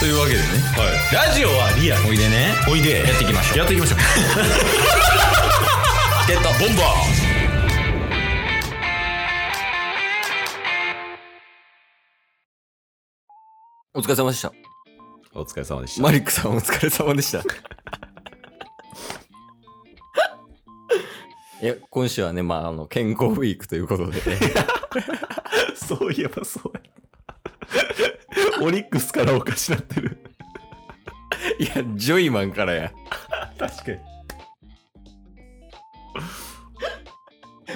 というわけでねはい。ラジオはリアル。おいでねおいで。やっていきましょうやっていきましょう。ゲットボンバーお疲れ様でした。お疲れ様でした。マリックさんお疲れ様で した。いや、今週はね、まあ、あの、健康ウィークということでね。 そういえばそうや。オリックスからおかしなってる。いや、ジョイマンからや。確かに。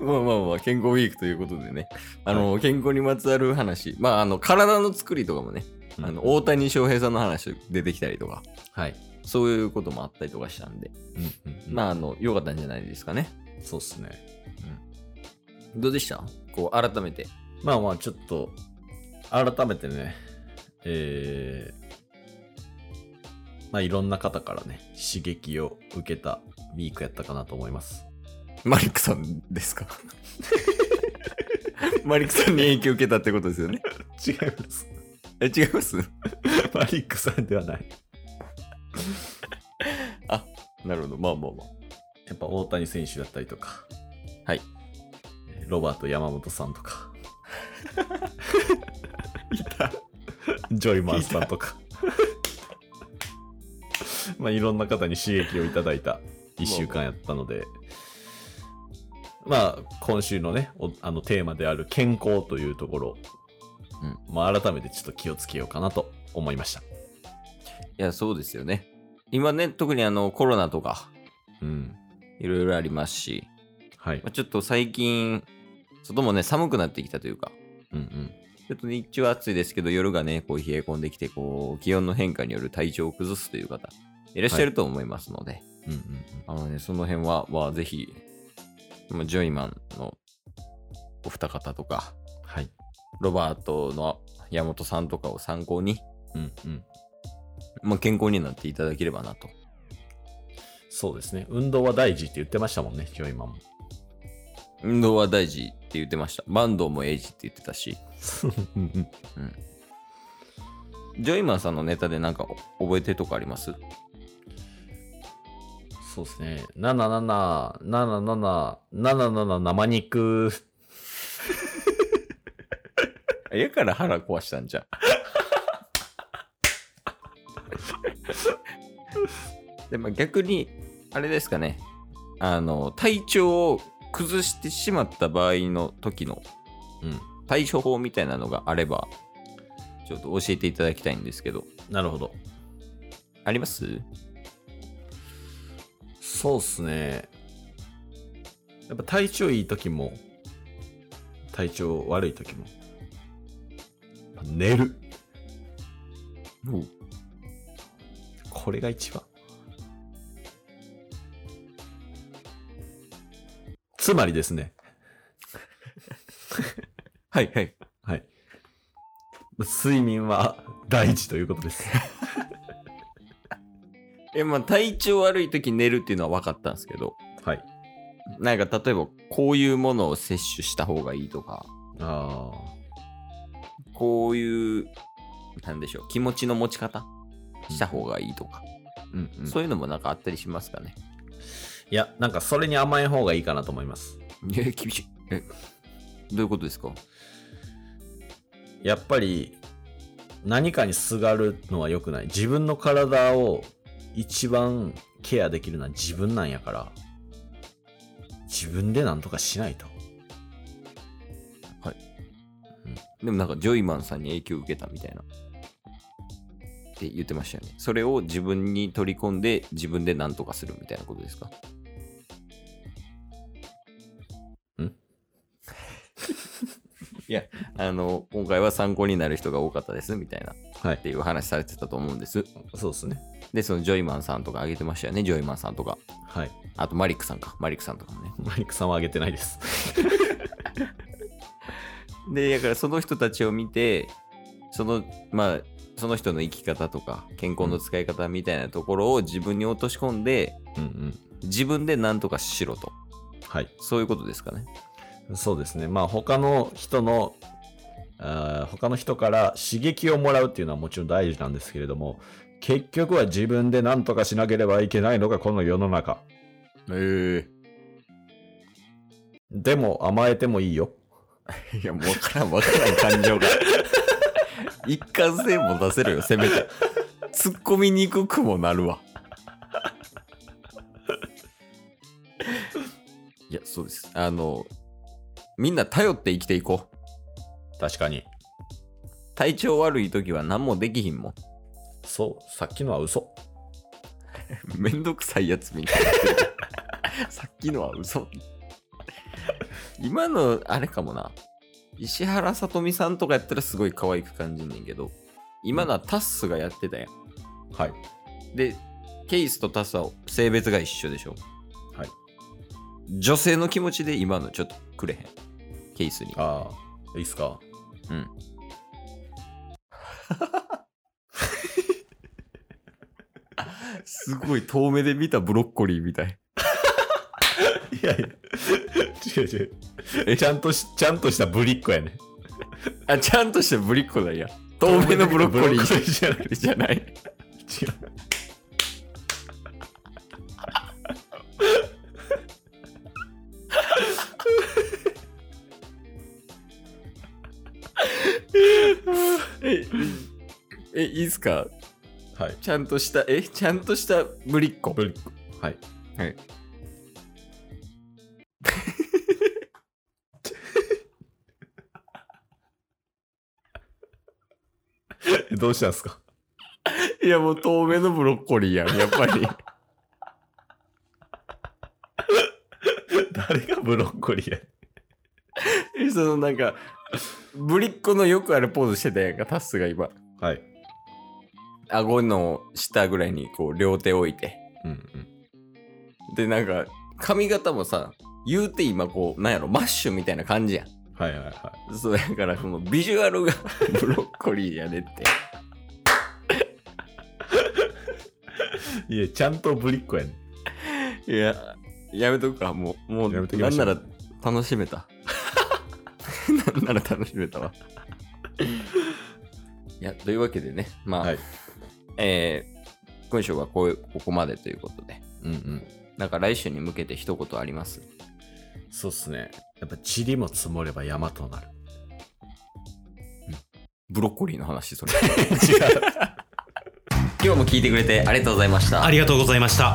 まあまあまあ、健康ウィークということでね。あの、健康にまつわる話。まあ、あの、体の作りとかもね、あの、大谷翔平さんの話出てきたりとか、はい。そういうこともあったりとかしたんで、うんうんまあ、あの、良かったんじゃないですかね。そうっすね。どうでしたこう、改めて。まあまあ、ちょっと、改めてね、えー、まあいろんな方からね、刺激を受けたウィークやったかなと思います。マリックさんですか マリックさんに影響を受けたってことですよね。違います。え、違いますマリックさんではない。なるほど。まあまあまあ。やっぱ大谷選手だったりとか、はい。ロバート山本さんとか、いた。ジョイマンさんとか。まあいろんな方に刺激をいただいた1週間やったので、まあ今週のね、おあのテーマである健康というところ、うまあ改めてちょっと気をつけようかなと思いました。いや、そうですよね。今ね、特にあの、コロナとか、うん。いろいろありますし、はいまあ。ちょっと最近、外もね、寒くなってきたというか、うんうん。ちょっと日中は暑いですけど、夜がね、こう冷え込んできて、こう、気温の変化による体調を崩すという方、いらっしゃると思いますので、うんうんうん。あのね、その辺は、まあ、ぜひ、まあジョイマンのお二方とか、はい。ロバートの山本さんとかを参考に、うんうん。まあ、健康になっていただければなと。そうですね。運動は大事って言ってましたもんね、今日今も。運動は大事って言ってました。バンドもエイジって言ってたし、ジョイマンさんのネタでなんかお覚えてるとこありますそうですね。77、77、77生肉。やから腹壊したんじゃん。でも逆に、あれですかね、あの、体調を崩してしまった場合の時のうん。対処法みたいなのがあれば、ちょっと教えていただきたいんですけど、なるほど。ありますそうですね。やっぱ体調いい時も、体調悪い時も。寝る。これが一番。つまりですね。はいはい。はい。睡眠は大事ということです。え、まあ体調悪い時寝るっていうのは分かったんですけど、はい。なんか例えばこういうものを摂取した方がいいとか、あこういう、なんでしょう、気持ちの持ち方した方がいいとか、あ。うん、うん。そういうのもなんかあったりしますかね。いや、なんかそれに甘え方がいいかなと思います。え、厳しい。え、どういうことですかやっぱり、何かにすがるのは良くない。自分の体を一番ケアできるのは自分なんやから、自分で何とかしないと。でもなんかジョイマンさんに影響を受けたみたいな。って言ってましたよね。それを自分に取り込んで自分で何とかするみたいなことですかん いや、あの、今回は参考になる人が多かったですみたいな。はっい。ていう話されてたと思うんです。そうですね。で、そのジョイマンさんとかあげてましたよね、ジョイマンさんとか。はい。あとマリックさんか、マリックさんとかもね。マリックさんはあげてないです。 で、だからその人たちを見て、その、まあ、その人の生き方とか、健康の使い方みたいなところを自分に落とし込んで、うんうん。自分で何とかしろと。はい。そういうことですかね。そうですね。まあ他の人の、あー他の人から刺激をもらうっていうのはもちろん大事なんですけれども、結局は自分で何とかしなければいけないのがこの世の中。えでも甘えてもいいよ。えいや、もうわからん、わからん感 情が。一貫性も出せるよ、せめて。突っ込みにくくもなるわ。いや、そうです。あの、みんな頼って生きていこう。確かに。体調悪い時は何もできひんもん。そう、さっきのは嘘。めんどくさいやつみたいな。さっきのは嘘。今のあれかもな。石原さとみさんとかやったらすごい可愛く感じんねんけど、今のはタッスがやってたやん。はい。で、ケイスとタッスは性別が一緒でしょ。はい。女性の気持ちで今のちょっとくれへん。ケイスに。ああ、いいっすか。うん。すごい遠目で見たブロッコリーみたい。いやいや、違う違う。えちゃんとし、ちゃんとしたぶりっ子やね。あ、ちゃんとしたぶりっ子だいや。透明のブロッコリーじゃなくてじゃない。違う。え、え、いいっすかはい。ちゃんとした、え、ちゃんとしたぶりっ子。ぶりっ子。はい。はい。 どうしたんすかいや、もう透明のブロッコリーやん、やっぱり。 誰がブロッコリーやえそのなんか、ぶりっ子のよくあるポーズしてたやんか、タッスが今。はい。顎の下ぐらいにこう両手置いて。うんうん。で、なんか、髪型もさ、言うて今こう、なんやろ、マッシュみたいな感じやん。はいはいはそうやからこのビジュアルが ブロッコリーやねってい。いや、ちゃんとぶりっ子やね。いややめとくかもうもうやめときなまんしょなうら楽しめた なんなら楽しめたわいやというわけでねまあ、はいえー今週はこうここまでということでうんうん。なんか来週に向けて一言ありますそうっすね。やっぱ、塵も積もれば山となる。ブロッコリーの話そ れ違う。今日も聞いてくれてありがとうございましたありがとうございました。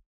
す